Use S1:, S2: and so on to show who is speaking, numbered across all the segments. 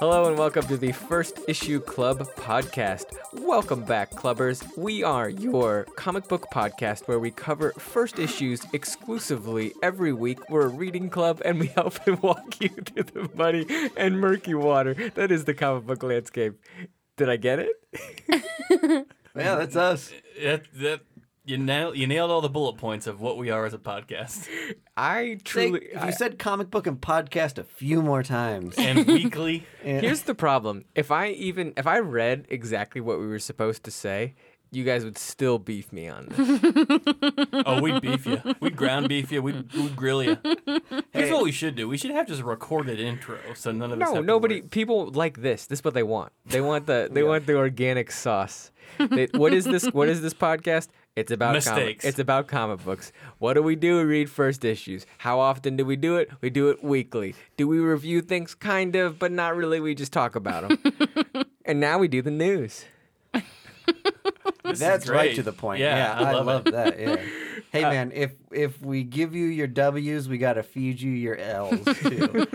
S1: Hello and welcome to the First Issue Club podcast. Welcome back, clubbers. We are your comic book podcast where we cover first issues exclusively every week. We're a reading club and we help and walk you through the muddy and murky water that is the comic book landscape. Did I get it?
S2: Yeah, that's us.
S3: That that you nailed you nailed all the bullet points of what we are as a podcast
S1: I
S2: Say-
S1: truly.
S2: if you said comic book and podcast a few more times,
S3: and weekly.
S2: Yeah.
S1: Here's the problem. If I even if I read exactly what we were supposed to say, you guys would still beef me on this.
S3: Oh, we beef you. We ground beef you. We we grill you. Here's what we should do. We should have just a recorded intro, so none of us.
S1: no,
S3: have to
S1: nobody
S3: worry.
S1: people like this. This is what they want. They want the they want the organic sauce. They, what is this what is this podcast? It's about comic,
S3: Mistakes.
S1: it's about comic books. What do we do? We read first issues. How often do we do it? We do it weekly. Do we review things kind of, but not really. We just talk about them. and now we do the news.
S3: This is
S2: that's right
S3: great.
S2: to the point.
S3: Yeah, I, love, it. Uh,
S2: that. Yeah. Hey man, if if we give you your W's, we gotta feed you your L's too.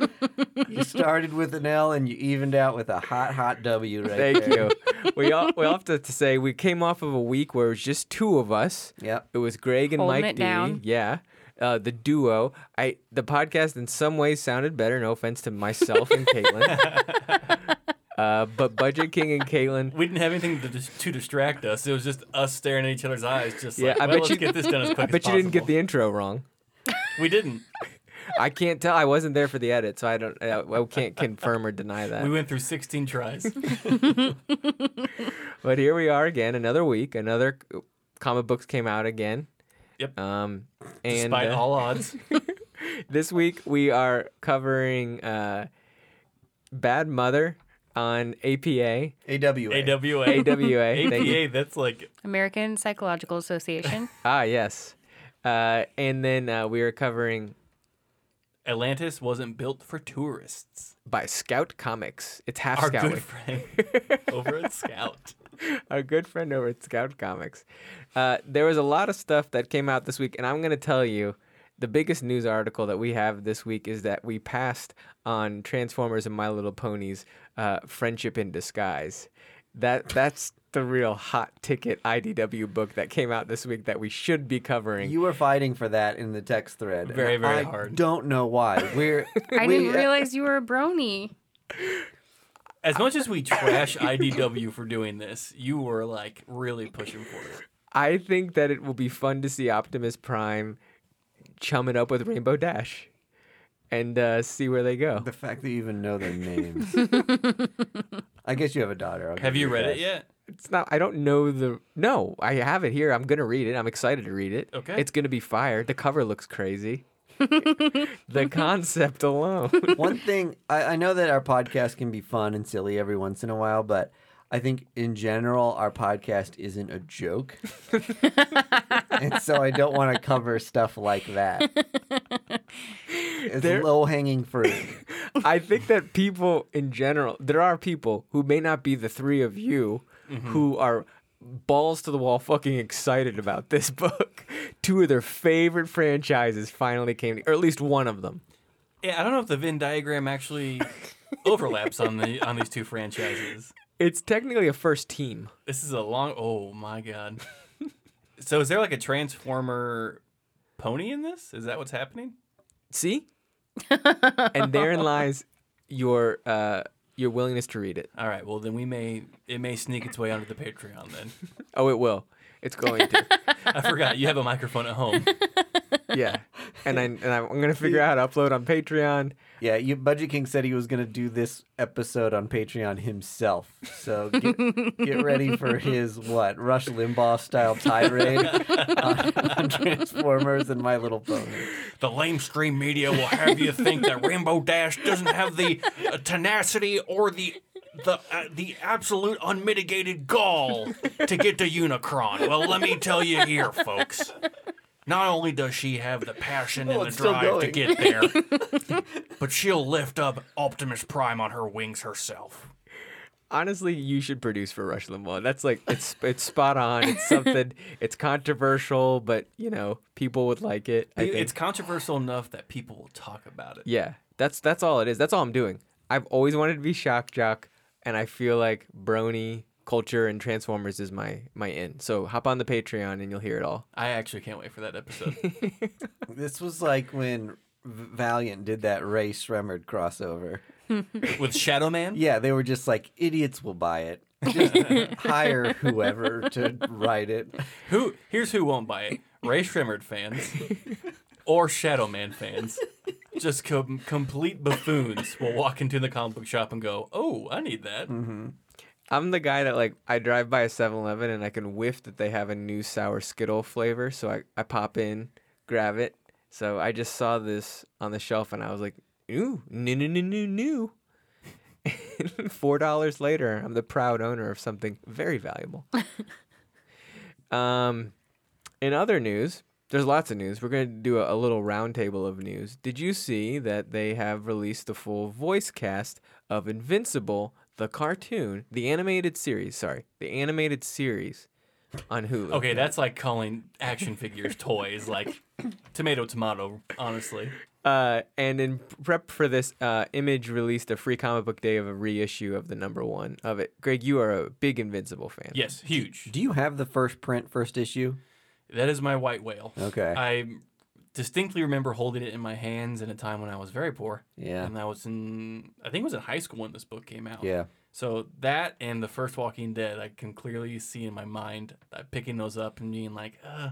S2: you started with an L and you evened out with a hot hot W right
S1: Thank
S2: there.
S1: you. We all we all have to, to say we came off of a week where it was just two of us.
S2: Yep.
S1: It was Greg and
S4: Holding
S1: Mike
S4: it
S1: D.
S4: down.
S1: Yeah. Uh, the duo. I the podcast in some ways sounded better. No offense to myself and Caitlin. uh, but Budget King and Caitlin.
S3: We didn't have anything to, dis- to distract us. It was just us staring at each other's eyes. Just
S1: Yeah,
S3: like,
S1: I
S3: well,
S1: bet
S3: let's
S1: you-
S3: get this done as quick
S1: I
S3: as
S1: bet you didn't get the
S3: possible.
S1: intro wrong.
S3: We didn't.
S1: I can't tell. I wasn't there for the edit, so I don't. I, I can't confirm or deny that.
S3: We went through 16 tries.
S1: But here we are again, another week. Another comic books came out again.
S3: Yep.
S1: Um, and
S3: Despite
S1: uh,
S3: all odds,
S1: This week we are covering uh, Bad Mother on APA,
S2: AWA.
S3: AWA,
S1: AWA. thank you.
S3: APA. That's like
S4: American Psychological Association.
S1: Ah, yes. Uh, and then uh, we are covering
S3: Atlantis wasn't built for tourists.
S1: by Scout Comics. It's half
S3: Our
S1: Scout.
S3: good friend over at Scout.
S1: Our good friend over at Scout Comics. Uh, there was a lot of stuff that came out this week, and I'm going to tell you the biggest news article that we have this week is that we passed on Transformers and My Little Ponies uh, Friendship in Disguise. That That's the real hot ticket IDW book that came out this week that we should be covering.
S2: You were fighting for that in the text thread. and
S3: Very, very
S2: I
S3: hard.
S2: Don't know why. We're
S4: I
S2: we-
S4: didn't realize you were a brony.
S3: As much as we trash IDW for doing this, you were like really pushing for it.
S1: I think that it will be fun to see Optimus Prime chum it up with Rainbow Dash and uh, see where they go.
S2: The fact that you even know their names. I guess you have a daughter. I'll
S3: Have
S2: give
S3: you read
S2: that.
S3: it yet?
S1: It's not. I don't know the. No, I have it here. I'm gonna read it. I'm excited to read it.
S3: Okay.
S1: It's gonna be fire. The cover looks crazy. the concept alone.
S2: One thing I, I know that our podcast can be fun and silly every once in a while, but I think in general our podcast isn't a joke, and so I don't want to cover stuff like that. It's
S1: There-
S2: low hanging fruit.
S1: I think that people in general, there are people who may not be the three of you, who are balls to the wall fucking excited about this book. Two of their favorite franchises finally came, or at least one of them.
S3: Yeah, I don't know if the Venn diagram actually overlaps on the on these two franchises.
S1: It's technically a first team.
S3: This is a long. Oh my god. So is there like a transformer pony in this? Is that what's happening?
S1: See? and therein lies your uh, your willingness to read it.
S3: All right. Well, then we may it may sneak its way onto the Patreon. Then
S1: Oh, it will. It's going to.
S3: I forgot you have a microphone at home.
S1: yeah. And I and I'm gonna figure out how to upload on Patreon.
S2: Yeah, you, Budget King said he was going to do this episode on Patreon himself. So get, get ready for his, what, Rush Limbaugh style tirade on, on Transformers and My Little Pony.
S3: The lamestream media will have you think that Rainbow Dash doesn't have the uh, tenacity or the the uh, the absolute unmitigated gall to get to Unicron. Well, let me tell you here, folks. Not only does she have the passion and
S2: Oh,
S3: the
S2: it's still
S3: drive
S2: going.
S3: to get there, but she'll lift up Optimus Prime on her wings herself.
S1: Honestly, you should produce for Rush Limbaugh. That's like it's it's spot on. It's something. It's controversial, but you know people would like it. I think.
S3: controversial enough that people will talk about it.
S1: yeah. That's that's all it is. That's all I'm doing. I've always wanted to be shock jock, and I feel like Brony culture and Transformers is my my in. So hop on the Patreon and you'll hear it all.
S3: I actually can't wait for that episode.
S2: This was like when V- Valiant did that Ray Shremmerd crossover.
S3: With Shadow Man?
S2: Yeah, they were just like idiots will buy it. Just hire whoever to write it.
S3: Who here's who won't buy it. Ray Shremmerd fans or Shadow Man fans. Just com- complete buffoons will walk into the comic book shop and go, "Oh, I need that."
S2: Mm-hmm.
S1: I'm the guy that like I drive by a 7-Eleven and I can whiff that they have a new sour Skittle flavor, so I, I pop in, grab it. So I just saw this on the shelf and I was like, ooh, new new new new new. Four dollars later, I'm the proud owner of something very valuable. um, in other news, there's lots of news. We're gonna do a, a little roundtable of news. Did you see that they have released the full voice cast of Invincible, the cartoon, the animated series? Sorry, the animated series on Hulu.
S3: Okay, that's like calling action figures toys like tomato tomato, honestly.
S1: Uh, and in prep for this, uh, Image released a free comic book day of a reissue of the number one of it. Greg, you are a big Invincible fan.
S3: Yes, huge.
S2: Do you have the first print, first issue?
S3: That is my white whale.
S2: Okay.
S3: I distinctly remember holding it in my hands in a time when I was very poor.
S2: Yeah.
S3: And I was in, I think it was in high school when this book came out.
S2: Yeah.
S3: So that and the first Walking Dead, I can clearly see in my mind uh, picking those up and being like, uh,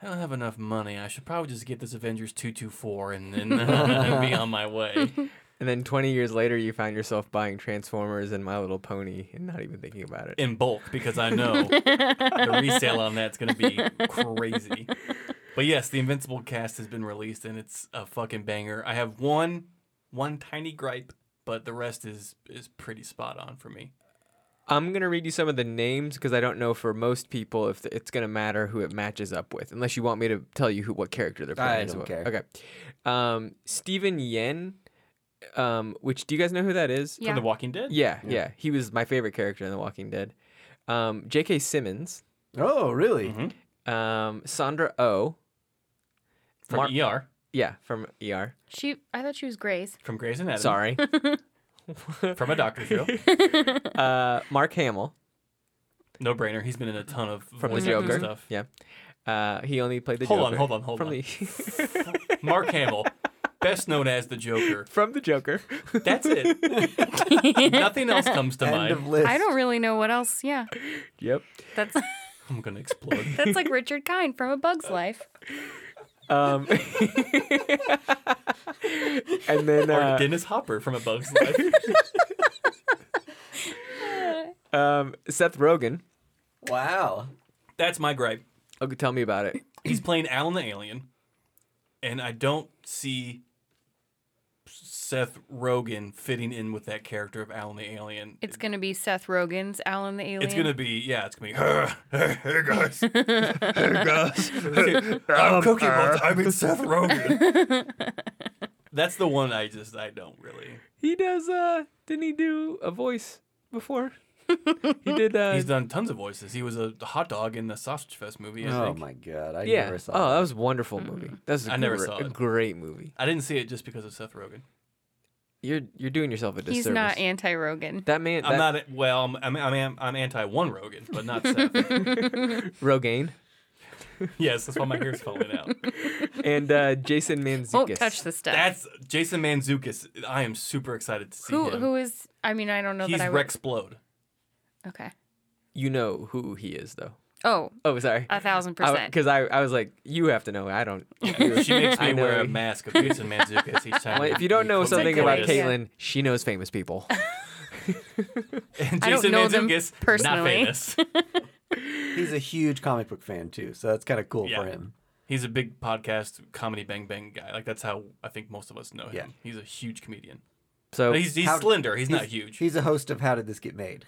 S3: I don't have enough money. I should probably just get this Avengers 224 and then be on my way.
S1: And then 20 years later, you found yourself buying Transformers and My Little Pony and not even thinking about it.
S3: in bulk because I know the resale on that's going to be crazy. But yes, the Invincible cast has been released and it's a fucking banger. I have one one tiny gripe, but the rest is is pretty spot on for me.
S1: I'm going to read you some of the names because I don't know for most people if th- it's going to matter who it matches up with, unless you want me to tell you who what character they're playing.
S2: I
S1: as
S2: don't
S1: well.
S2: care.
S1: Okay. Um, Steven Yen, um, which do you guys know who that is?
S3: From
S4: Yeah.
S3: The Walking Dead?
S1: Yeah, yeah, He was my favorite character in The Walking Dead. Um, J.K. Simmons,
S2: Oh, really?
S1: um, Sandra Oh,
S3: From
S1: Mark-
S3: ER,
S1: yeah, from ER.
S4: She, I thought she was Grace.
S3: from Grey's Anatomy.
S1: Sorry,
S3: From a doctor show.
S1: uh, Mark Hamill
S3: No brainer. He's been in a ton of
S1: from The
S3: voice acting
S1: Joker.
S3: stuff.
S1: Yeah, uh, he only played the
S3: Hold on,
S1: Joker.
S3: hold on, hold
S1: from
S3: on.
S1: The,
S3: Mark Hamill, best known as the Joker.
S1: from the Joker.
S3: That's it. Nothing else comes to
S2: End
S3: mind.
S2: of list.
S4: I don't really know what else. Yeah,
S1: yep.
S4: that's
S3: I'm gonna explode.
S4: that's like Richard Kind from A Bug's Life.
S1: Um, and then
S3: Or
S1: uh,
S3: Dennis Hopper from A Bug's Life.
S1: um, Seth Rogen.
S2: Wow.
S3: That's my gripe.
S1: Oh, tell me about it.
S3: He's playing Alan the Alien, and I don't see Seth Rogen fitting in with that character of Alan the Alien.
S4: It's gonna be Seth Rogen's Alan the Alien.
S3: It's gonna be yeah, it's gonna be "Huh, hey, hey guys,
S1: Gosh.
S4: Um,
S3: I'm Cookie
S4: uh,
S3: Monster. I mean Seth Rogen. That's the one I just I don't really.
S1: He does. uh Didn't he do a voice before? he did. Uh,
S3: He's done tons of voices. He was a hot dog in the Sausage Fest movie. I
S2: Oh
S3: think.
S2: my god. I
S1: yeah.
S2: never saw
S1: oh,
S2: that.
S1: that was a wonderful movie. That's a
S3: I never
S1: gr-
S3: saw
S1: a
S3: it.
S1: great movie.
S3: I didn't see it just because of Seth Rogen.
S1: You're you're doing yourself a disservice.
S4: He's not anti Rogan.
S1: that man.
S3: I'm
S1: that,
S3: not well. I'm I'm, I'm, I'm anti one Rogan, but not Seth.
S1: Rogaine
S3: yes, that's why my hair's falling out.
S1: and uh, Jason Manzukis.
S4: Won't touch the stuff.
S3: That's Jason Manzukis. I am super excited to see
S4: who
S3: him.
S4: who is? I mean, I don't know
S3: He's
S4: that I
S3: Rex Blode.
S4: would. Okay.
S1: You know who he is, though.
S4: Oh,
S1: Oh, sorry.
S4: a thousand percent.
S1: Because I, I, was like, you have to know. I don't.
S3: She makes
S1: I
S3: me
S1: know
S3: wear a
S1: he-
S3: mask of Jason Manzukis each time.
S1: Well, if
S3: he-
S1: you don't
S3: he
S1: know
S3: comes
S1: something
S3: in
S1: about
S3: court.
S4: Yeah.
S1: Caitlin, she knows famous people.
S3: And Jason
S4: I don't know them
S3: Manzukis, not
S4: personally.
S3: famous.
S2: He's a huge comic book fan too, so that's kind of cool
S3: Yeah.
S2: for him.
S3: He's a big podcast comedy bang bang guy. Like that's how I think most of us know him.
S2: Yeah.
S3: He's a huge comedian.
S1: So
S3: But he's he's
S2: How-
S3: slender. He's, not huge. Mm-hmm.
S2: He's a host of How Did This Get Made?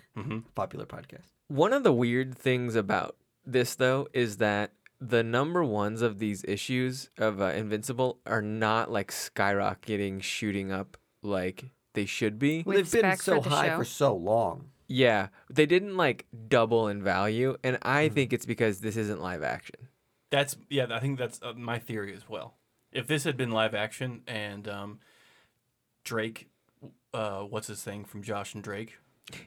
S2: Popular podcast.
S1: One of the weird things about this, though, is that the number ones of these issues of uh, Invincible are not like skyrocketing, shooting up like they should be.
S4: We
S2: They've been
S4: expect
S2: so
S4: for the
S2: high
S4: show.
S2: for so long.
S1: Yeah, they didn't like double in value, and I
S3: Mm-hmm.
S1: think it's because this isn't live action.
S3: That's yeah. I think that's uh, my theory as well. If this had been live action and um, Drake, uh, what's his thing from Josh and Drake,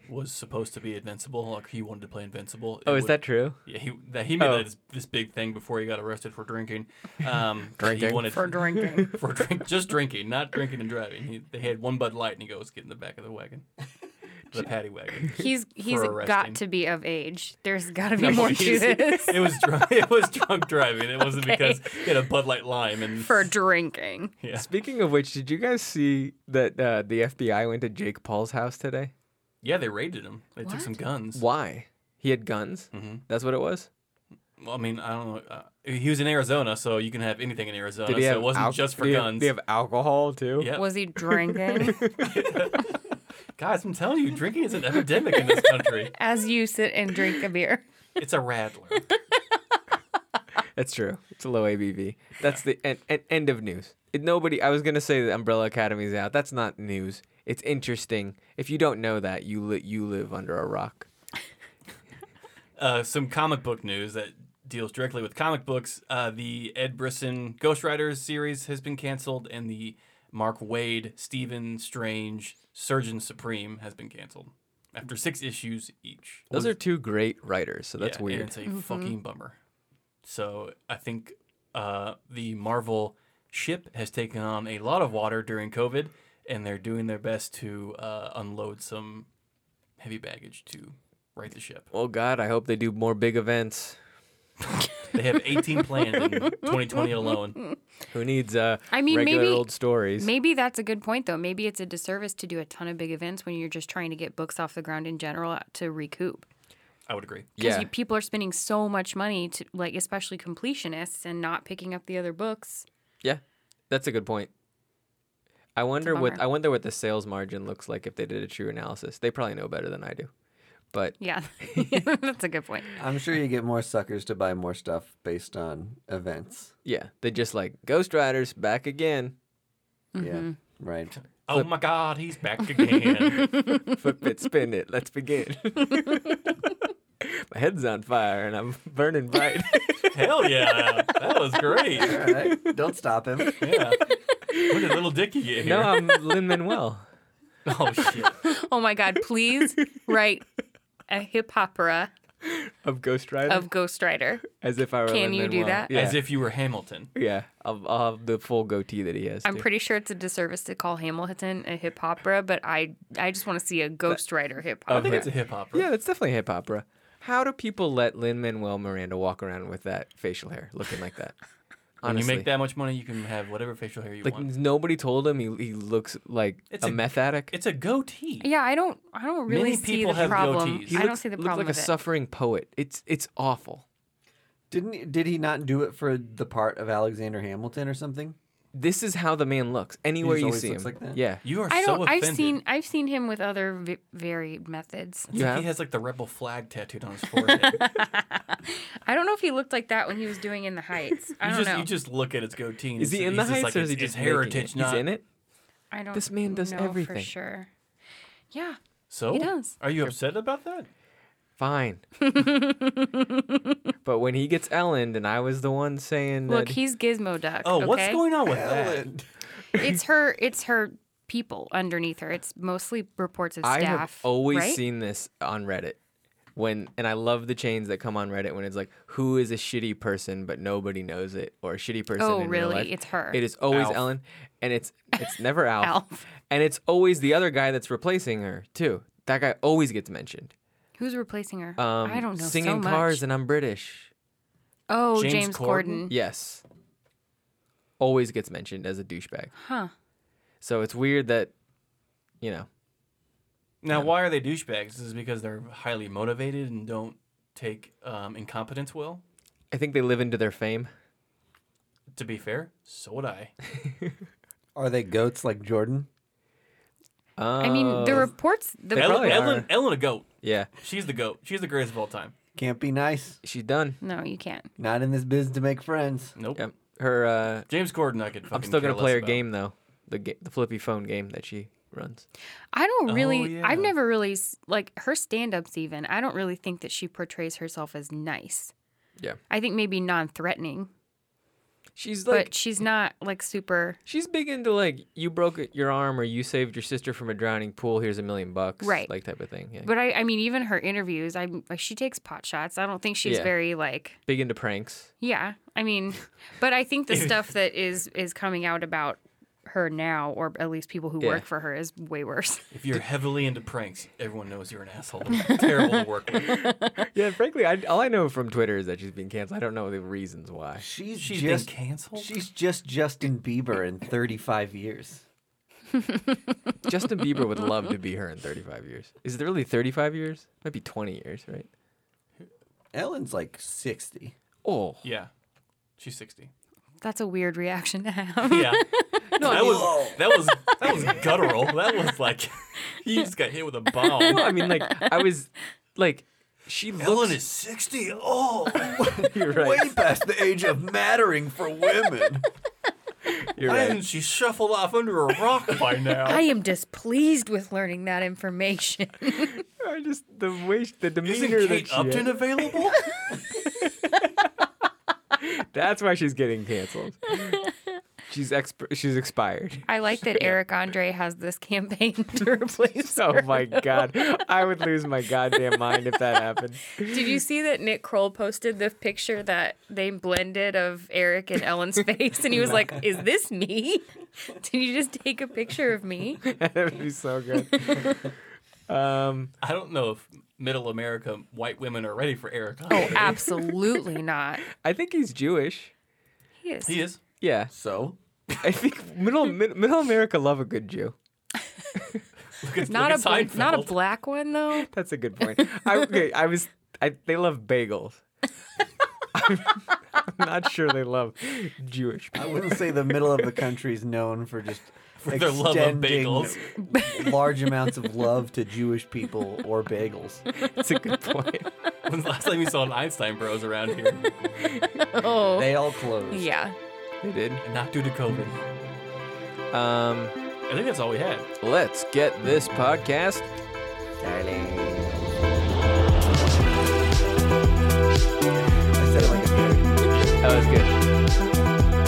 S3: was supposed to be Invincible. Like he wanted to play Invincible. It
S1: Oh, is
S3: would-
S1: that true?
S3: Yeah, he that he made
S1: Oh.
S3: this, this big thing before he got arrested for drinking. Um,
S1: Drinking.
S3: He wanted,
S4: for drinking.
S3: for drink, just drinking, not drinking and driving. He, they had one Bud Light, and he goes, "Get in the back of the wagon, the paddy wagon."
S4: He's he's
S3: For arresting.
S4: got to be of age. There's got to be
S3: No,
S4: more to
S3: he's-
S4: this
S3: It was drunk. It was drunk driving. It wasn't
S4: Okay.
S3: because he had a Bud Light lime and
S4: for drinking.
S3: yeah.
S1: Speaking of which, did you guys see that uh, the FBI went to Jake Paul's house today?
S3: yeah, they raided him. They took
S4: What?
S3: some guns.
S1: Why? He had guns.
S3: Mhm.
S1: That's what it was.
S3: Well, I mean, I don't know. Uh, he was in Arizona, so you can have anything in Arizona.
S1: Did he
S3: so
S1: have
S3: it wasn't
S1: al-
S3: just for
S1: did he have-
S3: guns.
S1: did he have alcohol too?
S3: Yeah.
S4: Was he drinking?
S3: Guys, I'm telling you, drinking is an epidemic in this country.
S4: As you sit and drink a beer.
S3: It's a rattler.
S1: That's true. It's a low ABV. That's the en- en- end of news. It, nobody. I was gonna say that Umbrella Academy's out. That's not news. It's interesting. If you don't know that, you li- you live under a rock.
S3: Uh, some comic book news that deals directly with comic books. Uh, the Ed Brisson Ghost Riders series has been canceled, and the Mark Wade, Stephen Strange, Surgeon Supreme has been canceled after six issues each.
S1: Those are two great writers. So that's
S3: Yeah, And
S1: weird.
S3: it's a fucking bummer. So I think uh, the Marvel ship has taken on a lot of water during COVID, and they're doing their best to uh, unload some heavy baggage to right the ship.
S1: Well, God, I hope they do more big events.
S3: They have 18 planned in 2020 alone.
S1: Who needs uh,
S4: I mean,
S1: regular
S4: maybe-
S1: old stories?
S4: Maybe that's a good point, though. Maybe it's a disservice to do a ton of big events when you're just trying to get books off the ground in general to recoup.
S3: I would agree.
S4: Because
S1: yeah.
S4: people are spending so much money to, like, especially completionists and not picking up the other books.
S1: Yeah, that's a good point. I wonder what
S4: bummer.
S1: I wonder what the sales margin looks like if they did a true analysis. They probably know better than I do. But
S4: Yeah, that's a good point.
S2: I'm sure you get more suckers to buy more stuff based on events.
S1: yeah, they just like Ghost Riders back again.
S2: Yeah.
S4: Mm-hmm.
S2: Right.
S3: Oh my God, he's back again.
S1: Flip it, spin it, let's begin. My head's on fire and I'm burning bright.
S3: Hell yeah, that was great.
S2: All right. Don't stop him.
S3: Yeah. When did little Dicky get
S1: no,
S3: here?
S1: I'm Lin Manuel.
S3: Oh shit.
S4: Oh my God, please write a hip opera
S1: Of Ghost Rider.
S4: of Ghost Rider.
S1: As if I were
S4: Can you do
S1: Lin-Manuel.
S4: that?
S1: Yeah.
S3: As if you were Hamilton.
S1: yeah. I'll, I'll have the full goatee that he has.
S4: I'm
S1: too.
S4: pretty sure it's a disservice to call Hamilton a hip opera, but I I just want to see a Ghost Rider hip
S3: I think
S4: opera.
S3: it's a hip hop.
S1: Oh, Yeah, that's definitely hip opera. How do people let Lin Manuel Miranda walk around with that facial hair, looking like that?
S3: When you
S1: Honestly,
S3: make that much money, you can have whatever facial hair you
S1: like
S3: want.
S1: nobody told him he, he looks like
S3: It's
S1: a,
S3: a-
S1: meth addict.
S3: It's a goatee.
S4: Yeah, I don't I don't really
S3: Many
S4: see
S3: people
S4: the
S3: have
S4: problem.
S3: goatees.
S1: he
S4: I
S1: looks,
S4: don't see the
S1: looked
S4: problem
S1: like a
S4: with it.
S1: suffering poet. It's it's awful.
S2: Didn't he- did he not do it for the part of Alexander Hamilton or something?
S1: This is how the man looks. Anywhere you
S2: always
S1: see him,
S2: looks like that?
S1: yeah.
S3: You are
S4: I
S3: so
S4: don't.
S3: offended.
S4: I've seen. I've seen him with other v- varied methods.
S1: You
S3: He
S1: have?
S3: has like the rebel flag tattooed on his forehead.
S4: I don't know if he looked like that when he was doing in the Heights. I
S3: you
S4: don't
S3: just
S4: know.
S3: you just look at his goatee. And
S1: Is he
S3: it's-
S1: in the
S3: he's just
S1: heights
S3: like,
S1: or is he
S3: it's- it's
S1: just Making it?
S3: heritage? Not
S1: He's in it.
S4: I don't.
S1: this man does
S4: know for
S1: everything.
S4: sure. Yeah.
S3: So
S4: He does.
S3: Are you upset about that?
S1: Fine. but when he gets Ellen, and I was the one saying
S4: Look,
S1: that
S4: he's Gizmo Duck.
S3: Oh,
S4: okay?
S3: what's going on with that?
S2: Ellen.
S4: It's her. It's her people underneath her. It's mostly reports of
S1: I
S4: staff.
S1: have always
S4: right?
S1: seen this on Reddit. When and I love the chains that come on Reddit when it's like who is a shitty person but nobody knows it or a shitty person.
S4: Oh,
S1: in real
S4: really?
S1: life.
S4: It's her.
S1: It is always
S3: Alf.
S1: Ellen, and it's it's never Alf.
S4: Alf.
S1: and it's always the other guy that's replacing her too. That guy always gets mentioned.
S4: Who's replacing her?
S1: Um,
S4: I don't know. so
S1: Singing
S4: much.
S1: cars and I'm British.
S4: Oh,
S3: James
S4: James,
S3: Corden?
S4: Corden.
S1: Yes, always gets mentioned as a douchebag.
S4: Huh.
S1: So it's weird that, you know,
S3: Now, why are they douchebags? Is it because they're highly motivated and don't take um, incompetence well?
S1: I think they live into their fame.
S3: To be fair, so would I.
S2: Are they goats like Jordan?
S4: I mean, the
S1: Oh,
S4: reports. The
S1: probably
S3: Ellen,
S1: are.
S3: Ellen, Ellen, a goat.
S1: yeah,
S3: She's the goat. She's the greatest of all time.
S2: Can't be nice.
S1: she's done.
S4: no, you can't.
S2: Not in this biz to make friends.
S3: Nope.
S1: Yep. Her, uh,
S3: James Corden, I could. Fucking
S1: I'm still gonna
S3: care
S1: play
S3: less
S1: her
S3: about.
S1: game though, the ga- the flippy phone game that she runs.
S4: I don't
S1: Oh,
S4: really. I've
S3: yeah.
S4: never really s- like her stand-ups. Even I don't really think that she portrays herself as nice.
S1: Yeah.
S4: I think maybe non-threatening.
S1: She's like
S4: but she's not like super
S1: she's big into like you broke your arm or you saved your sister from a drowning pool. Here's a million bucks,
S4: Right.
S1: Like type of thing. Yeah.
S4: but I, I mean even her interviews i like, she takes pot shots i don't think she's
S1: Yeah.
S4: very like
S1: big into pranks.
S4: yeah i mean but i think the stuff that is is coming out about her now or at least people who
S1: Yeah.
S4: work for her is way worse
S3: If you're heavily into pranks, everyone knows you're an asshole. Terrible to work with.
S1: Yeah, frankly, I, all I know from Twitter is that she's being canceled. I don't know the reasons why.
S2: She's,
S3: She's
S2: just
S3: been canceled.
S2: she's just Justin Bieber in 35 years.
S1: Justin Bieber would love to be her in 35 years. Is it really 35 years? Might be 20 years, right?
S2: Ellen's like 60.
S1: Oh,
S3: yeah, she's sixty.
S4: that's a weird reaction to have
S3: Yeah. No, that was that was that was guttural. That was like you just got hit with a bomb.
S1: I mean, like I was, like she
S3: Ellen
S1: looks.
S3: is sixty. Oh,
S1: you're right.
S2: past the age of mattering for women.
S1: You're
S3: why
S1: right.
S3: hasn't she shuffled off under a rock by now?
S4: i am displeased with learning that information
S1: I just the way she- the
S3: Isn't
S1: demeanor that
S3: Kate
S1: she
S3: Upton available?
S1: had- That's why she's getting canceled. she's exp- she's expired.
S4: i like that eric andre has this campaign to replace
S1: Oh
S4: her
S1: my god, I would lose my goddamn mind if that happened.
S4: Did you see that Nick Kroll posted the picture that they blended of Eric and Ellen's face? And he was like, Is this me? Did you just take a picture of me?
S1: that would be so good. Um,
S3: I don't know if middle America white women are ready for Eric.
S4: Oh, absolutely not.
S1: I think he's Jewish.
S4: He is.
S3: He is.
S1: Yeah,
S2: So,
S1: I think middle mid, middle America love a good Jew.
S3: Look at,
S4: Not, a,
S3: look
S4: bl-
S3: at
S4: not a
S3: Seinfeld.
S4: black one, though.
S1: That's a good point. I, okay, I was. I, they love bagels. I'm, I'm not sure they love Jewish.
S2: I
S1: People.
S2: wouldn't say the middle of the country is known for just for
S3: their love of bagels.
S2: large amounts of love to Jewish people or bagels.
S1: That's a good point.
S3: When's the last time you saw an Einstein Bros around here?
S4: Oh.
S2: They all closed.
S4: yeah.
S1: They did.
S3: Not due to COVID.
S1: Um,
S3: I think that's all we had.
S1: let's get this podcast.
S2: I said it like a
S1: That was good.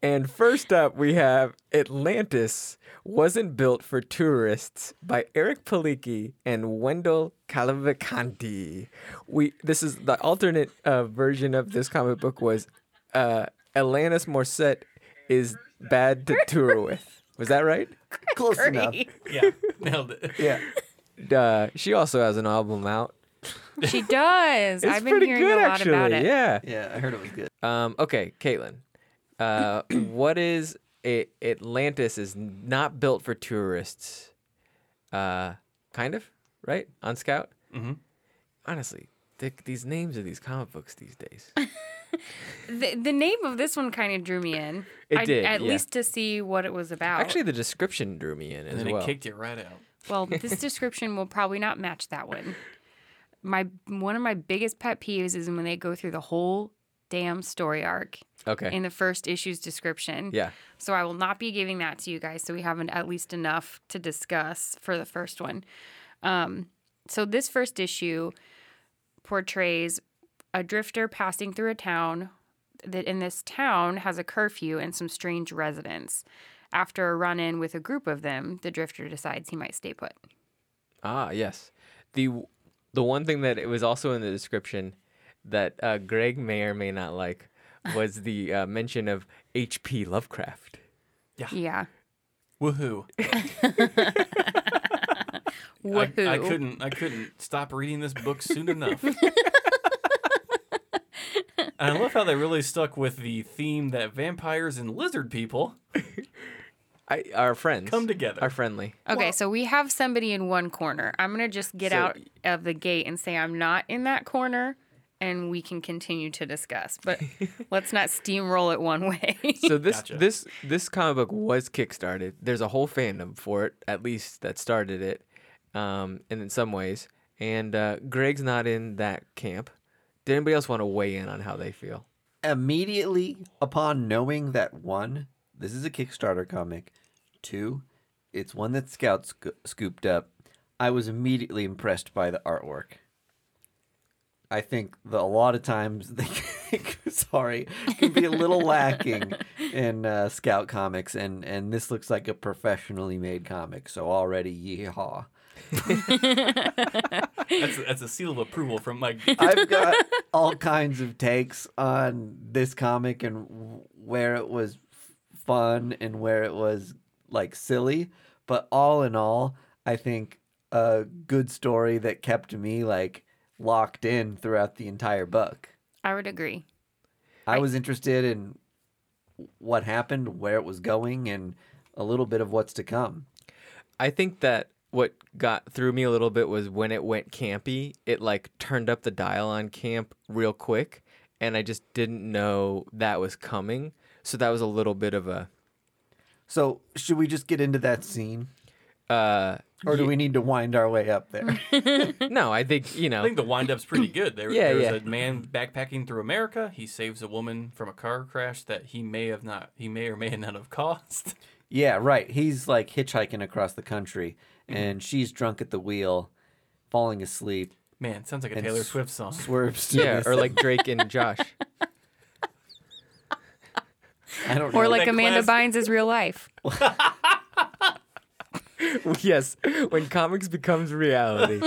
S1: And first up, we have Atlantis wasn't built for tourists by Eric Palicki and Wendell Calavicanti. We this is the alternate uh, version of this comic book was uh, Alanis Morissette is bad to tour with. Was that right?
S2: close enough.
S3: Yeah, nailed it.
S2: Yeah.
S1: Uh, she also has an album out.
S4: She does.
S1: It's
S4: I've been
S1: pretty
S4: hearing
S1: good,
S4: a lot
S1: actually.
S4: about it.
S1: Yeah.
S2: Yeah, I heard it was good.
S1: Um, okay, Caitlin. Uh, what is a- Atlantis is not built for tourists? Uh, kind of, right? On Scout? Mm-hmm. Honestly, th- these names of these comic books these days.
S4: The, the name of this one kind of drew me in.
S1: It did,
S4: At
S1: yeah.
S4: least to see what it was about.
S1: Actually, the description drew me in as
S3: And then
S1: well.
S3: it kicked you right out.
S4: Well, this description will probably not match that one. My one of my biggest pet peeves is when they go through the whole damn story arc
S1: okay.
S4: in the first issue's description.
S1: yeah.
S4: So I will not be giving that to you guys. So we have an, at least enough to discuss for the first one. Um, so this first issue portrays a drifter passing through a town that in this town has a curfew and some strange residents. After a run in with a group of them, the drifter decides he might stay put.
S1: Ah, yes. The the one thing that it was also in the description that uh, Greg may or may not like was the uh, mention of H.P. Lovecraft.
S4: Yeah.
S3: Woohoo!
S4: Woohoo.
S3: I, I couldn't. I couldn't stop reading this book soon enough. and I love how they really stuck with the theme that vampires and lizard people.
S1: I, our friends
S3: Come together.
S1: Are friendly.
S4: Okay, so we have somebody in one corner. I'm going to just get
S1: So-
S4: out of the gate and say I'm not in that corner and we can continue to discuss. But let's not steamroll it one way.
S1: So this
S3: Gotcha.
S1: this this comic book was kickstarted. There's a whole fandom for it, at least that started it, um, and in some ways. And uh, Greg's not in that camp. Did anybody else want to weigh in on how they feel?
S2: Immediately upon knowing that one, This is a Kickstarter comic. Two, it's one that Scout sco- scooped up. I was immediately impressed by the artwork. I think that a lot of times they sorry can be a little lacking in uh, Scout comics, and and this looks like a professionally made comic. So already, yeehaw!
S5: That's that's a seal of approval from Mike.
S2: I've got all kinds of takes on this comic and where it was fun and where it was like silly. But all in all, I think a good story that kept me like locked in throughout the entire book.
S4: I would agree.
S2: I was interested in what happened, where it was going, and a little bit of what's to come.
S1: I think that what got through me a little bit was when it went campy, it like turned up the dial on camp real quick. And I just didn't know that was coming. So that was a little bit of a.
S2: So, should we just get into that scene?
S1: Uh,
S2: Or do we need to wind our way up there?
S1: no, I think, you know.
S5: I think the wind up's pretty good. There,
S1: Yeah,
S5: there's
S1: yeah.
S5: a man backpacking through America. He saves a woman from a car crash that he may have not, he may or may not have caused.
S2: yeah, right. He's like hitchhiking across the country, and she's drunk at the wheel, falling asleep,
S5: Man, sounds like a
S2: And
S5: Taylor
S2: s-
S5: Swift song.
S2: swerves to
S1: yeah,
S2: this-
S1: or like Drake and Josh.
S2: I don't know.
S4: Or like
S5: that
S4: Amanda
S5: class-
S4: Bynes is real life.
S1: yes, when comics becomes reality.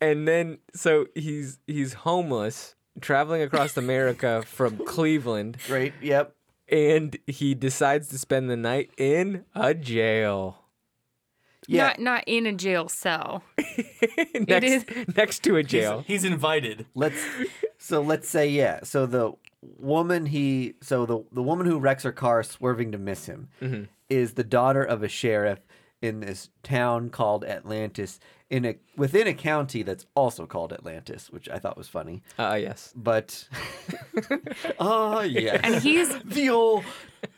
S1: and then so he's he's homeless, traveling across America from Cleveland,
S2: great. Yep.
S1: and he decides to spend the night in a jail.
S2: Yeah.
S4: Not not in a jail cell.
S1: next, next to a
S5: He's-
S1: jail.
S5: He's, invited.
S2: let's so let's say yeah so the woman he so the the woman who wrecks her car swerving to miss him is the daughter of a sheriff in this town called Atlantis in a within a county that's also called Atlantis which I thought was funny
S1: Ah, yes.
S2: but ah yes
S4: And he's
S2: the old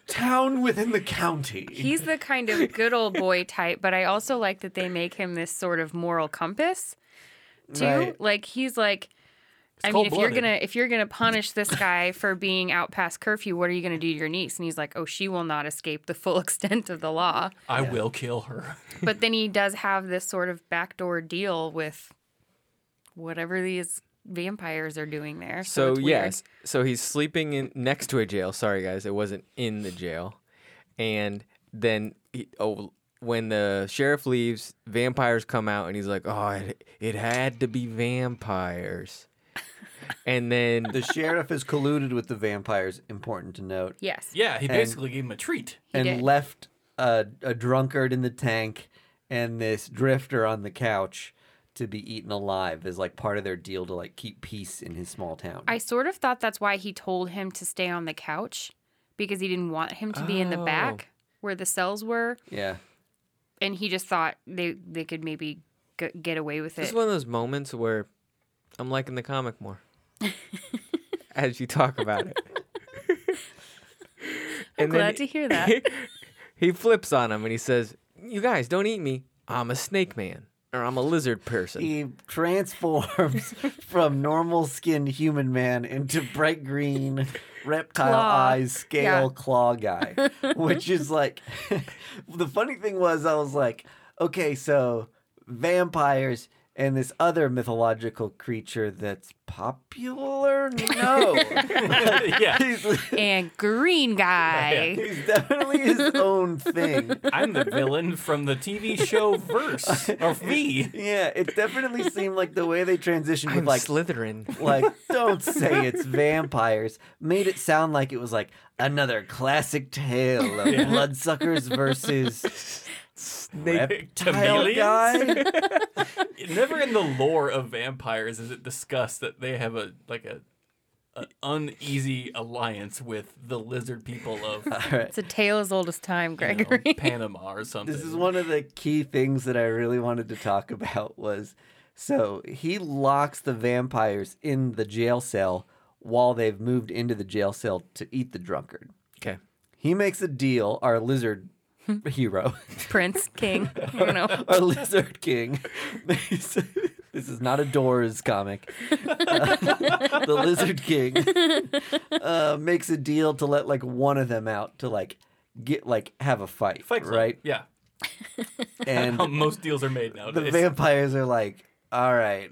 S2: town within the county
S4: he's the kind of good old boy type, but I also like that they make him this sort of moral compass too.
S2: Right.
S4: Like he's like I mean, if you're
S5: cold-blooded.
S4: gonna if you're gonna punish this guy for being out past curfew, what are you gonna do to your niece? And he's like, Oh, she will not escape the full extent of the law.
S5: I will kill her.
S4: But then he does have this sort of backdoor deal with whatever these vampires are doing there. So,
S1: So
S4: it's weird.
S1: yes, so he's sleeping in next to a jail. Sorry guys, it wasn't in the jail. And then he, oh, when the sheriff leaves, vampires come out, and he's like, "Oh, it, it had to be vampires." and then
S2: the sheriff is colluded with the vampires important to note
S4: Yes.
S5: Yeah, he basically gave him a treat.
S2: and
S4: did.
S2: left a, a drunkard in the tank and this drifter on the couch to be eaten alive as like part of their deal to like keep peace in his small town.
S4: I sort of thought that's why he told him to stay on the couch because he didn't want him to be in the back where the cells were,
S2: yeah.
S4: and he just thought they they could maybe g- get away with
S1: this
S4: it.
S1: is one of those moments where I'm liking the comic more as you talk about it. then
S4: I'm glad to hear that.
S1: he flips on him and he says, "You guys don't eat me. I'm a snake man, or I'm a lizard person."
S2: He transforms from normal skinned human man into bright green reptile
S4: Claw.
S2: eyes scale
S4: Yeah.
S2: claw guy. Which is like the funny thing was I was like, okay, so vampires and this other mythological creature that's popular? No.
S5: yeah,
S2: he's,
S4: and green guy.
S2: he's definitely his own thing.
S5: I'm the villain from the TV show Verse or V.
S2: Yeah, it definitely seemed like the way they transitioned
S1: I'm
S2: with like
S1: Slytherin.
S2: like don't say it's vampires made it sound like it was like another classic tale of bloodsuckers versus reptile
S5: chameleons?
S2: guy.
S5: Never in the lore of vampires is it discussed that they have a like a an uneasy alliance with the lizard people of you
S4: It's a tale as old as time,
S5: know,
S4: Gregory.
S5: Panama or something.
S2: This is one of the key things that I really wanted to talk about was so he locks the vampires in the jail cell while they've moved into the jail cell to eat the drunkard.
S1: Okay.
S2: He makes a deal, our lizard hero,
S4: Prince, king, you know.
S2: our lizard king. this is not a Doors comic. Uh, the lizard king uh, makes a deal to let like one of them out to like get like have a fight,
S3: Fight Club.
S2: right?
S3: Yeah.
S2: And
S3: How most deals are made now.
S2: the vampires are like, all right,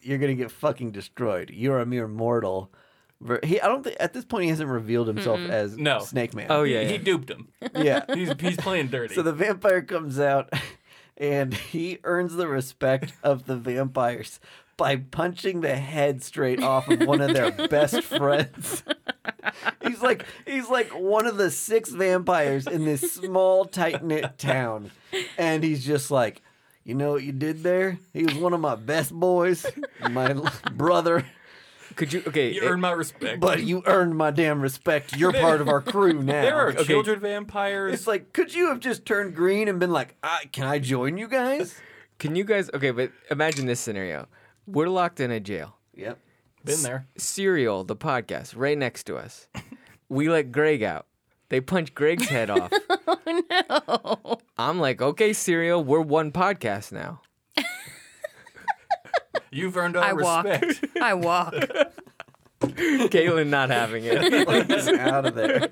S2: you're gonna get fucking destroyed. You're a mere mortal. Ver- He, I don't think at this point he hasn't revealed himself as
S3: No.
S2: Snake Man.
S1: Oh, yeah,
S3: He
S1: yeah.
S3: duped him.
S2: yeah.
S3: He's he's playing dirty.
S2: So the vampire comes out and he earns the respect of the vampires by punching the head straight off of one of their best friends. he's like he's like one of the six vampires in this small tight-knit town and he's just like you know what you did there? He was one of my best boys, my l- brother,
S1: Could you? Okay. eh,
S3: you
S1: it-
S3: earn my respect.
S2: but you earned my damn respect. You're part of our crew now.
S3: there are
S1: Okay.
S3: children vampires.
S2: It's like, could you have just turned green and been like, I, "Can I join you guys?"
S1: can you guys? Okay, but imagine this scenario: we're locked in a jail.
S2: Yep.
S3: Been there.
S1: Serial, the podcast, right next to us. We let Greg out. They punch Greg's head off.
S4: no.
S1: I'm like, okay, Serial, we're one podcast now.
S3: You've earned
S4: I
S3: our
S4: walk.
S3: respect.
S4: I walk.
S1: Caitlin not having it.
S2: Like, just out of there.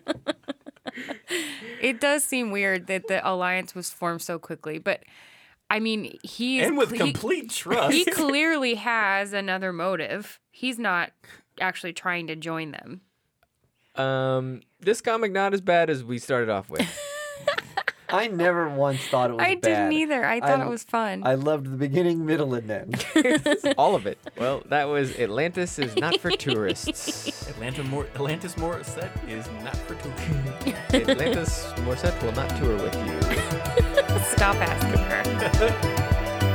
S4: It does seem weird that the alliance was formed so quickly, but I mean, he is
S3: and with
S4: cle- he-
S3: complete trust.
S4: he clearly has another motive. He's not actually trying to join them.
S1: Um, this comic not as bad as we started off with.
S2: I never once thought it was
S4: I
S2: bad.
S4: didn't either. I thought it was fun.
S2: I loved the beginning, middle, and end.
S1: All of it. Well, that was Atlantis is not for tourists.
S3: Atlanta Mor- Atlantis Morissette is not for tourists.
S1: Atlantis Morissette will not tour with you.
S4: Stop asking her.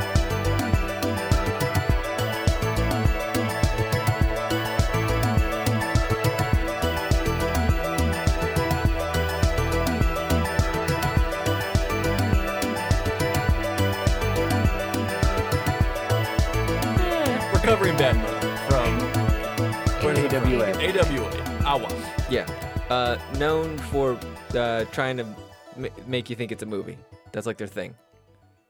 S3: Recovering bad money
S2: Or AWA.
S3: from AWA. Awa.
S1: Yeah. Uh, known for uh, trying to m- make you think it's a movie. That's like their thing.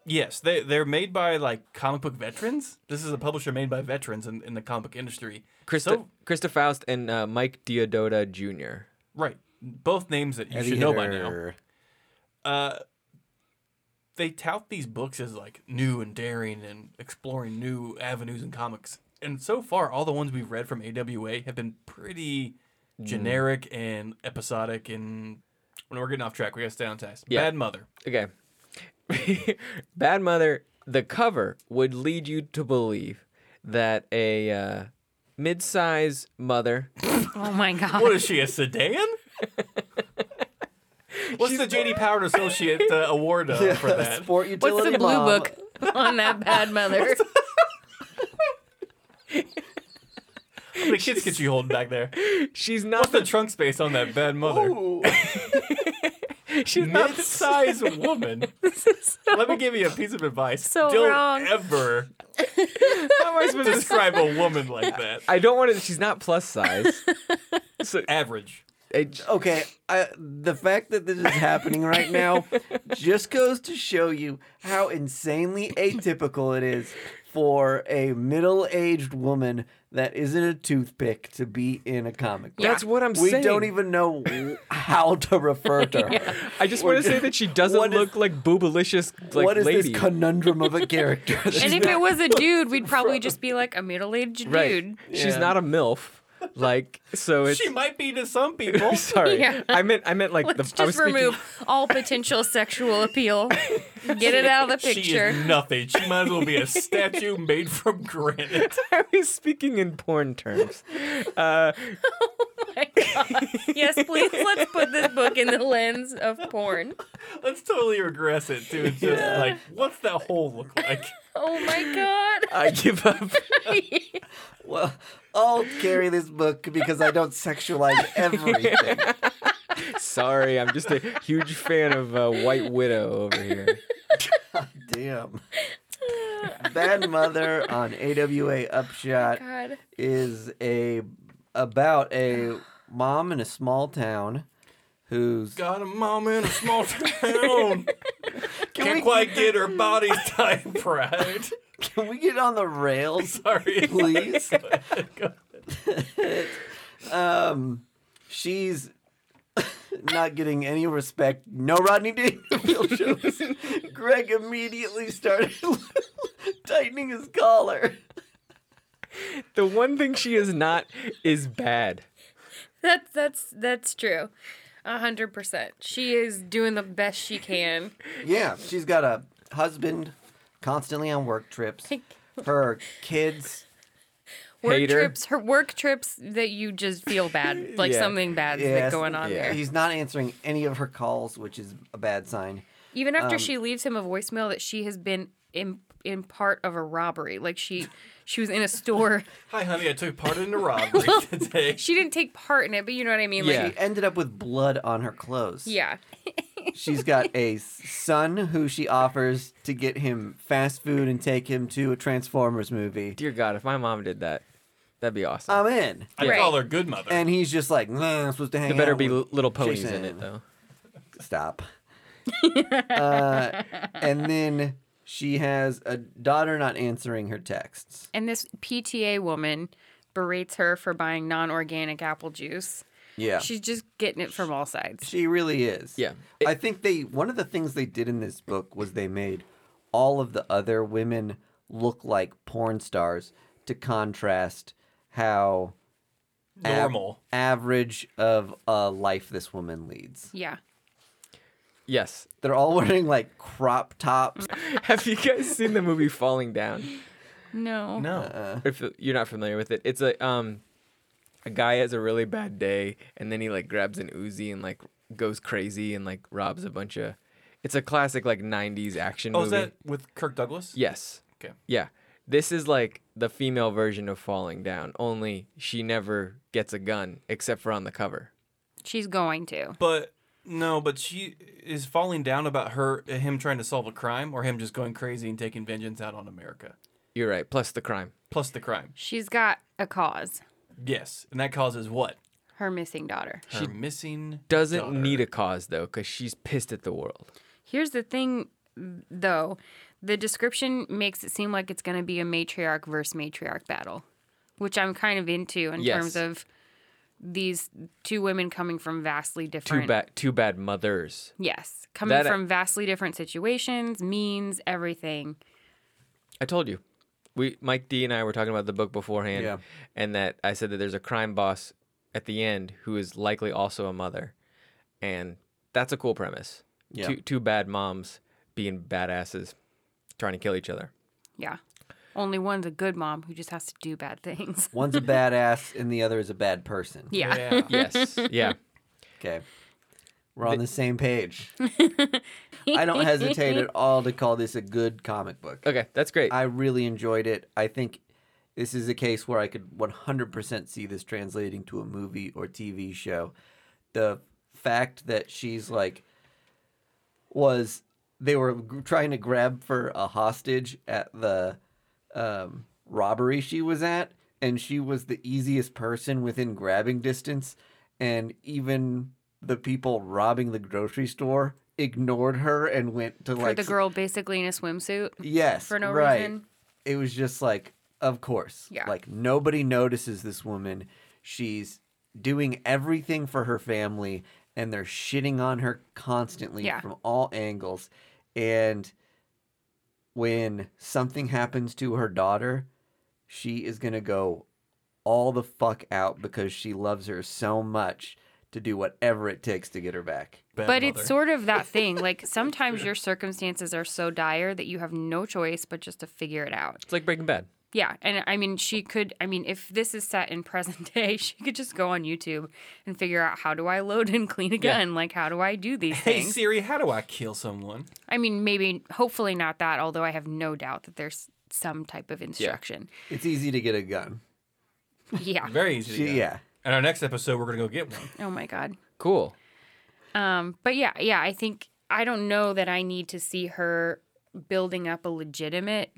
S3: Yes, they they're made by like comic book veterans. This is a publisher made by veterans in, in the comic book industry.
S1: Krista,
S3: So-
S1: Krista Faust and uh, Mike Diodota Jr.
S3: right, both names that you should know by now. Uh, they tout these books as like new and daring and exploring new avenues in comics. And so far, all the ones we've read from AWA have been pretty generic and episodic. And when we're getting off track, we got to stay on task.
S1: Yeah.
S3: Bad Mother.
S1: Okay. Bad Mother, the cover would lead you to believe that a uh, mid size mother.
S4: Oh my god.
S3: What is she, a sedan? What's the JD Power and Associate uh, award uh, for that?
S2: Sport utility
S4: What's the blue
S2: bomb.
S4: book on that bad mother?
S3: The kids get you holding back there.
S1: She's not
S3: What's the
S1: the,
S3: trunk space on that bad mother?
S2: Ooh.
S1: she's not the
S3: Mid-sized woman. Let me give you a piece of advice.
S4: so
S3: Don't
S4: wrong.
S3: ever
S1: How am I supposed to
S3: describe a woman like that.
S1: I don't want to. She's not plus size. so
S3: Average.
S1: it-
S2: Okay, I, the fact that this is happening right now just goes to show you how insanely atypical it is for a middle-aged woman that isn't a toothpick to be in a comic book.
S1: that's what I'm
S2: we
S1: saying.
S2: don't even know how to refer to her.
S1: I just want to say that she doesn't
S2: What is-
S1: look like boobalicious like
S2: what is
S1: lady.
S2: this conundrum of a character?
S4: and if it was a dude, we'd probably just be like a middle-aged
S1: right?
S4: dude.
S1: She's
S2: Yeah.
S1: not a milf. Like so it's.
S3: She might be to some people.
S1: Sorry,
S4: Yeah.
S1: I meant I meant like
S4: Let's
S1: the. I was
S4: just remove all potential sexual appeal. Get it out of the
S3: She
S4: picture.
S3: is nothing. She might as well be a statue made from granite.
S1: Speaking, I was speaking in porn terms. Uh,
S4: Oh yes, please. Let's put this book in the lens of porn.
S3: Let's totally regress it to just like, what's that hole look like?
S4: Oh my god.
S1: I give up.
S2: well, I'll carry this book because I don't sexualize everything.
S1: Sorry, I'm just a huge fan of uh, White Widow over here.
S2: Damn. Bad Mother on AWA Upshot
S4: god.
S2: is a about a mom in a small town who's
S3: Got a mom in a small town. Can't
S2: we-
S3: quite get her body type right.
S2: Can we get on the rails?
S3: Sorry.
S2: Please.
S3: Go ahead, go ahead.
S2: Um she's not getting any respect. No Rodney Dangerfield shows. Greg immediately started tightening his collar.
S1: The one thing she is not is bad.
S4: That's that's that's true. A hundred percent. She is doing the best she can.
S2: Yeah, she's got a husband constantly on work trips. Her kids.
S4: Work
S1: Hater.
S4: trips, her work trips that you just feel bad, like
S1: Yeah.
S4: something bad's
S2: Yes,
S4: that going on
S1: yeah.
S4: there.
S2: He's not answering any of her calls, which is a bad sign.
S4: Even after she leaves him a voicemail that she has been in in part of a robbery, like she she was in a store.
S5: Hi, honey. I took part in the robbery today.
S4: she didn't take part in it, but you know what I mean.
S1: Yeah.
S4: Like,
S2: She ended up with blood on her clothes.
S4: yeah,
S2: She's got a son who she offers to get him fast food and take him to a Transformers movie.
S1: Dear God, if my mom did that, that'd be awesome.
S2: I'm in.
S5: I
S4: Right.
S5: call her good mother.
S2: And he's just like, nah, I'm supposed to hang
S1: there better
S2: out
S1: be
S2: with
S1: l- little ponies in
S2: Jason.
S1: it though.
S2: stop. uh, and then she has a daughter not answering her texts.
S4: and this PTA woman berates her for buying non-organic apple juice.
S2: Yeah. She,
S4: She's just getting it from all sides.
S2: really is.
S1: Yeah.
S2: I think they one of the things they did in this book was they made all of the other women look like porn stars to contrast how
S5: uh,
S2: ab-
S5: Normal.
S2: average of a life this woman leads.
S4: Yeah.
S1: Yes.
S2: They're all wearing like crop tops.
S1: Have you guys seen the movie Falling Down?
S4: No.
S5: no.
S1: If you're not familiar with it, it's a um, a guy has a really bad day, and then he like grabs an Uzi and like goes crazy and like robs a bunch of. It's a classic like '90s action
S5: oh,
S1: movie.
S5: is that with Kirk Douglas?
S1: Yes.
S5: Okay.
S1: Yeah. This is like the female version of Falling Down, only she never gets a gun except for on the cover.
S4: She's going to.
S5: But no, but she is falling down about her him trying to solve a crime or him just going crazy and taking vengeance out on America.
S1: You're right. Plus the crime.
S5: Plus the crime.
S4: She's got a cause.
S5: Yes. And that causes what?
S4: Her missing daughter.
S5: Her missing
S1: Doesn't
S5: daughter.
S1: need a cause though, because she's pissed at the world.
S4: Here's the thing, though. The description makes it seem like it's going to be a matriarch versus matriarch battle, which I'm kind of into in
S1: Yes.
S4: terms of these two women coming from vastly different.
S1: Two bad, two bad mothers.
S4: Yes, coming
S2: uh,
S1: That-
S4: from vastly different situations, means, everything.
S1: I told you. We Mike D and I were talking about the book beforehand,
S2: Yeah.
S1: and that I said that there's a crime boss at the end who is likely also a mother, and that's a cool premise.
S2: Yeah.
S1: Two two bad moms being badasses, trying to kill each other.
S4: Yeah. Only one's a good mom who just has to do bad things.
S2: One's a badass and the other is a bad person.
S4: Yeah.
S5: Yeah.
S1: Yes, yeah.
S2: Okay. We're on the same page. I don't hesitate at all to call this a good comic book.
S1: Okay, that's great.
S2: I really enjoyed it. I think this is a case where I could 100% see this translating to a movie or TV show. The fact that she's like, was they were g- trying to grab for a hostage at the um, robbery she was at, and she was the easiest person within grabbing distance, and even the people robbing the grocery store ignored her and went to
S4: For
S2: like
S4: the girl basically in a swimsuit.
S2: Yes.
S4: for no
S2: right.
S4: reason.
S2: It was just like, of course.
S4: Yeah.
S2: Like nobody notices this woman. She's doing everything for her family and they're shitting on her constantly
S4: Yeah.
S2: from all angles. And when something happens to her daughter, she is going to go all the fuck out because she loves her so much to do whatever it takes to get her back.
S5: Bad
S4: but
S5: mother.
S4: it's sort of that thing. Like sometimes your circumstances are so dire that you have no choice but just to figure it out.
S1: it's like Breaking Bad.
S4: Yeah. And I mean, she could, I mean, if this is set in present day, she could just go on YouTube and figure out how do I load and clean a gun? Like, how do I do these
S5: Hey
S4: things?
S5: Siri, how do I kill someone?
S4: I mean, maybe, hopefully not that, although I have no doubt that there's some type of instruction.
S2: It's easy to get a gun.
S4: Yeah.
S5: Very easy. to
S2: She,
S5: get.
S2: yeah.
S5: And our next episode, we're gonna go get one.
S4: Oh my God.
S1: Cool.
S4: Um, but yeah, yeah, I think I don't know that I need to see her building up a legitimate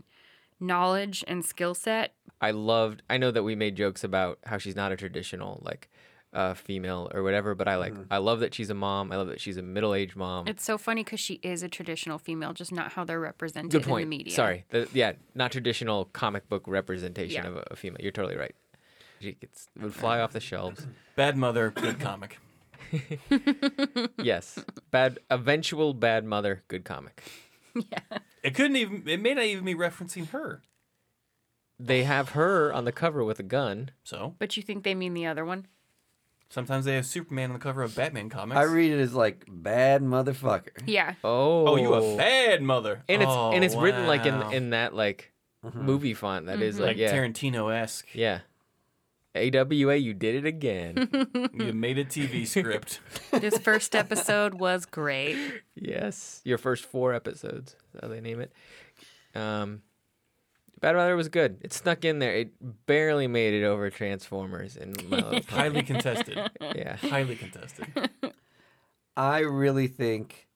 S4: knowledge and skill set.
S1: I loved. I know that we made jokes about how she's not a traditional like uh, female or whatever, but I like.
S2: Mm-hmm.
S1: I love that she's a mom. I love that she's a middle aged mom.
S4: It's so funny because she is a traditional female, just not how they're represented
S1: Good
S4: in
S1: point.
S4: the media.
S1: Sorry. The, yeah, not traditional comic book representation
S4: Yeah.
S1: of a, a female. You're totally right. She gets, would fly off the shelves.
S5: Bad mother, good comic.
S1: yes. Bad eventual bad mother, good comic.
S3: It couldn't even. It may not even be referencing her.
S1: They have her on the cover with a gun.
S3: So
S4: But you think they mean the other one?
S3: sometimes they have Superman on the cover of Batman comics.
S2: I read it as like bad motherfucker.
S4: Yeah.
S1: Oh.
S3: Oh, you a bad mother.
S1: And it's and
S3: Oh, Mm-hmm.
S1: it's written like in
S3: wow.
S1: in that like movie font that is
S3: like
S1: like,
S4: Mm-hmm.
S1: yeah.
S3: Tarantino esque.
S1: yeah. AWA, you did it again.
S3: You made a TV script.
S4: This first episode was great.
S1: yes. Your first four episodes, is how they name it. Um Bad Mother was good. It snuck in there. It barely made it over Transformers and My Little Pony.
S3: Highly contested.
S1: Yeah.
S3: Highly contested.
S2: I really think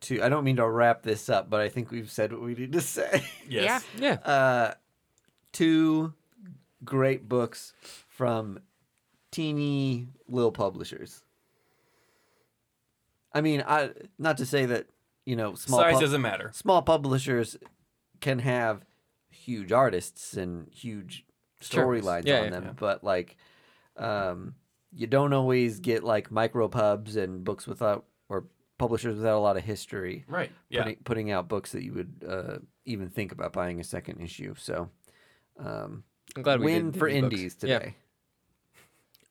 S2: to I don't mean to wrap this up, but I think we've said what we need to say.
S3: Yes.
S1: Yeah.
S2: Uh two great books from teeny little publishers. I mean, I not to say that, you know, small
S3: Size
S2: pub-
S3: doesn't matter.
S2: small publishers can have huge artists and huge
S1: Sure.
S2: storylines
S1: Yeah,
S2: on
S1: yeah,
S2: them,
S3: yeah.
S2: but like um, you don't always get like micro pubs and books without or publishers without a lot of history
S3: Right. Yeah.
S2: putting, putting out books that you would uh, even think about buying a second issue. So um,
S1: I'm glad we
S2: win
S1: did
S2: for
S1: the books.
S2: indies
S1: Yeah.
S2: today.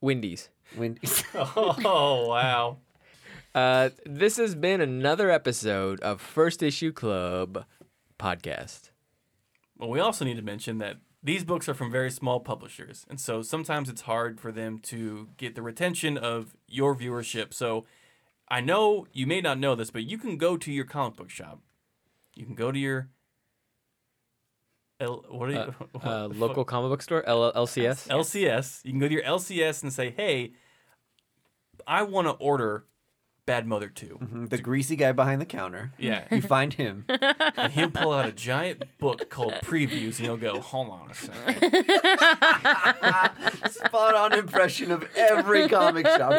S1: Wendy's.
S2: Windies.
S3: Oh wow.
S1: Uh, this has been another episode of First Issue Club podcast.
S3: Well, we also need to mention that these books are from very small publishers, and so sometimes it's hard for them to get the retention of your viewership. So I know you may not know this, but you can go to your comic book shop. You can go to your L, what are you, what
S1: Uh,
S3: the
S1: local comic book store, L- LCS.
S3: LCS. You can go to your LCS and say, "Hey, I want to order Bad Mother 2."
S1: Mm-hmm.
S2: the greasy guy behind the counter.
S3: Yeah.
S2: You find him.
S3: And he'll pull out a giant book called Previews and he'll go, "Hold on a second.
S2: Spot on impression of every comic shop.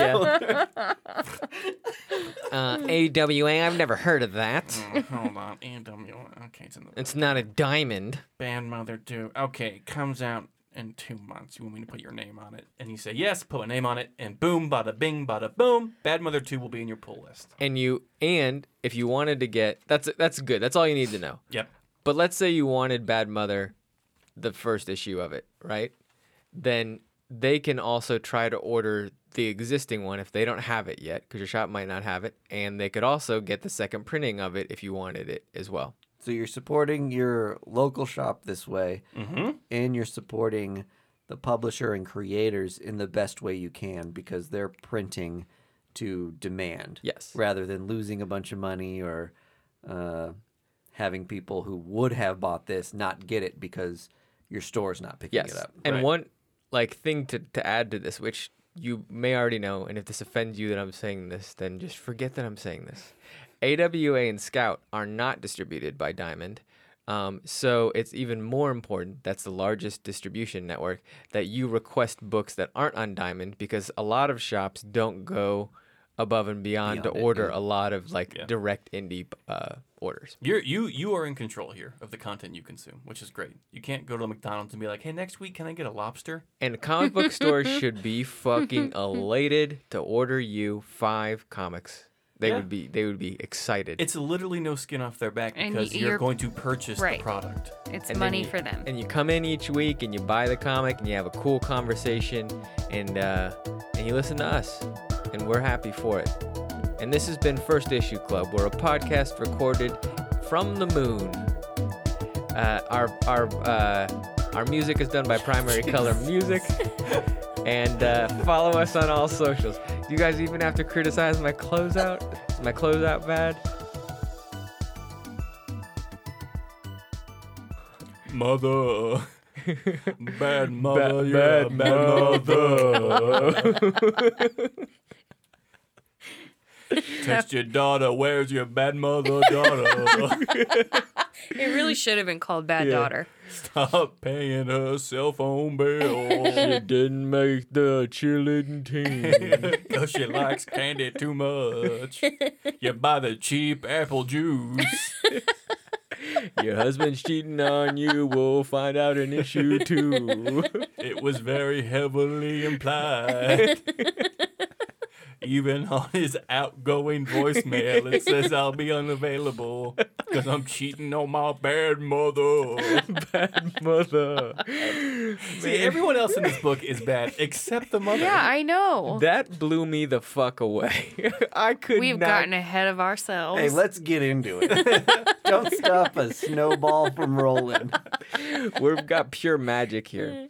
S1: Uh, AWA, I've never heard of that.
S3: Hold on. AW. Okay, it's in the
S1: It's not a diamond.
S3: Bad Mother 2. Okay, comes out in 2 months. You want me to put your name on it?" And you say, "Yes, put my name on it." And boom, bada bing, bada boom, Bad Mother 2 will be in your pull list.
S1: And you and if you wanted to get that's that's good. That's all you need to know.
S3: Yep.
S1: But let's say you wanted Bad Mother, the first issue of it, right? Then they can also try to order the existing one if they don't have it yet, because your shop might not have it. And they could also get the second printing of it if you wanted it as well.
S2: So you're supporting your local shop this way,
S1: Mm-hmm.
S2: and you're supporting the publisher and creators in the best way you can because they're printing to demand,
S1: Yes.
S2: rather than losing a bunch of money or uh, having people who would have bought this not get it because your store's not picking
S1: Yes.
S2: it up.
S1: And one like thing to, to add to this, which you may already know, and if this offends you that I'm saying this, then just forget that I'm saying this. AWA and Scout are not distributed by Diamond. Um, so it's even more important that's the largest distribution network that you request books that aren't on Diamond because a lot of shops don't go above and beyond,
S2: Beyond
S1: to
S2: it,
S1: order a lot of like
S3: Yeah.
S1: direct indie uh, orders.
S3: You're, you you are in control here of the content you consume, which is great. You can't go to McDonald's and be like, "Hey, next week can I get a lobster?"
S1: And comic book stores should be fucking elated to order you five comics. They
S3: Yeah.
S1: would be they would be excited.
S3: It's literally no skin off their back
S4: And
S3: because
S4: y-
S3: you're,
S4: you're-
S3: going to purchase
S4: Right.
S3: the product.
S4: It's
S1: And then
S4: money
S1: you-
S4: for them.
S1: and you come in each week and you buy the comic and you have a cool conversation and uh, and you listen to us and we're happy for it. And this has been First Issue Club, we're a podcast recorded from the moon. Uh, our our uh, our music is done by Primary Color Music. And uh, follow us on all socials. You guys even have to criticize my closeout. Is my closeout bad?
S3: Mother, bad
S1: Ba-
S3: mother, you're a
S1: bad
S3: bad mother. Text your daughter, where's your bad mother daughter?
S4: It really should have been called Bad Daughter.
S3: Stop paying her cell phone bill.
S1: Didn't make the cheerleading team.
S3: Cause she likes candy too much. You buy the cheap apple juice.
S1: Your husband's cheating on you. We'll find out an issue too.
S3: It was very heavily implied. Even on his outgoing voicemail, it says I'll be unavailable because I'm cheating on my bad mother.
S1: Mother.
S3: See, everyone else in this book is bad except the mother.
S4: Yeah, I know.
S1: That blew me the fuck away. I could
S4: Oh. We've
S1: not.
S4: gotten ahead of ourselves.
S2: Hey, let's get into it. Don't stop a snowball from rolling.
S1: We've got pure magic here.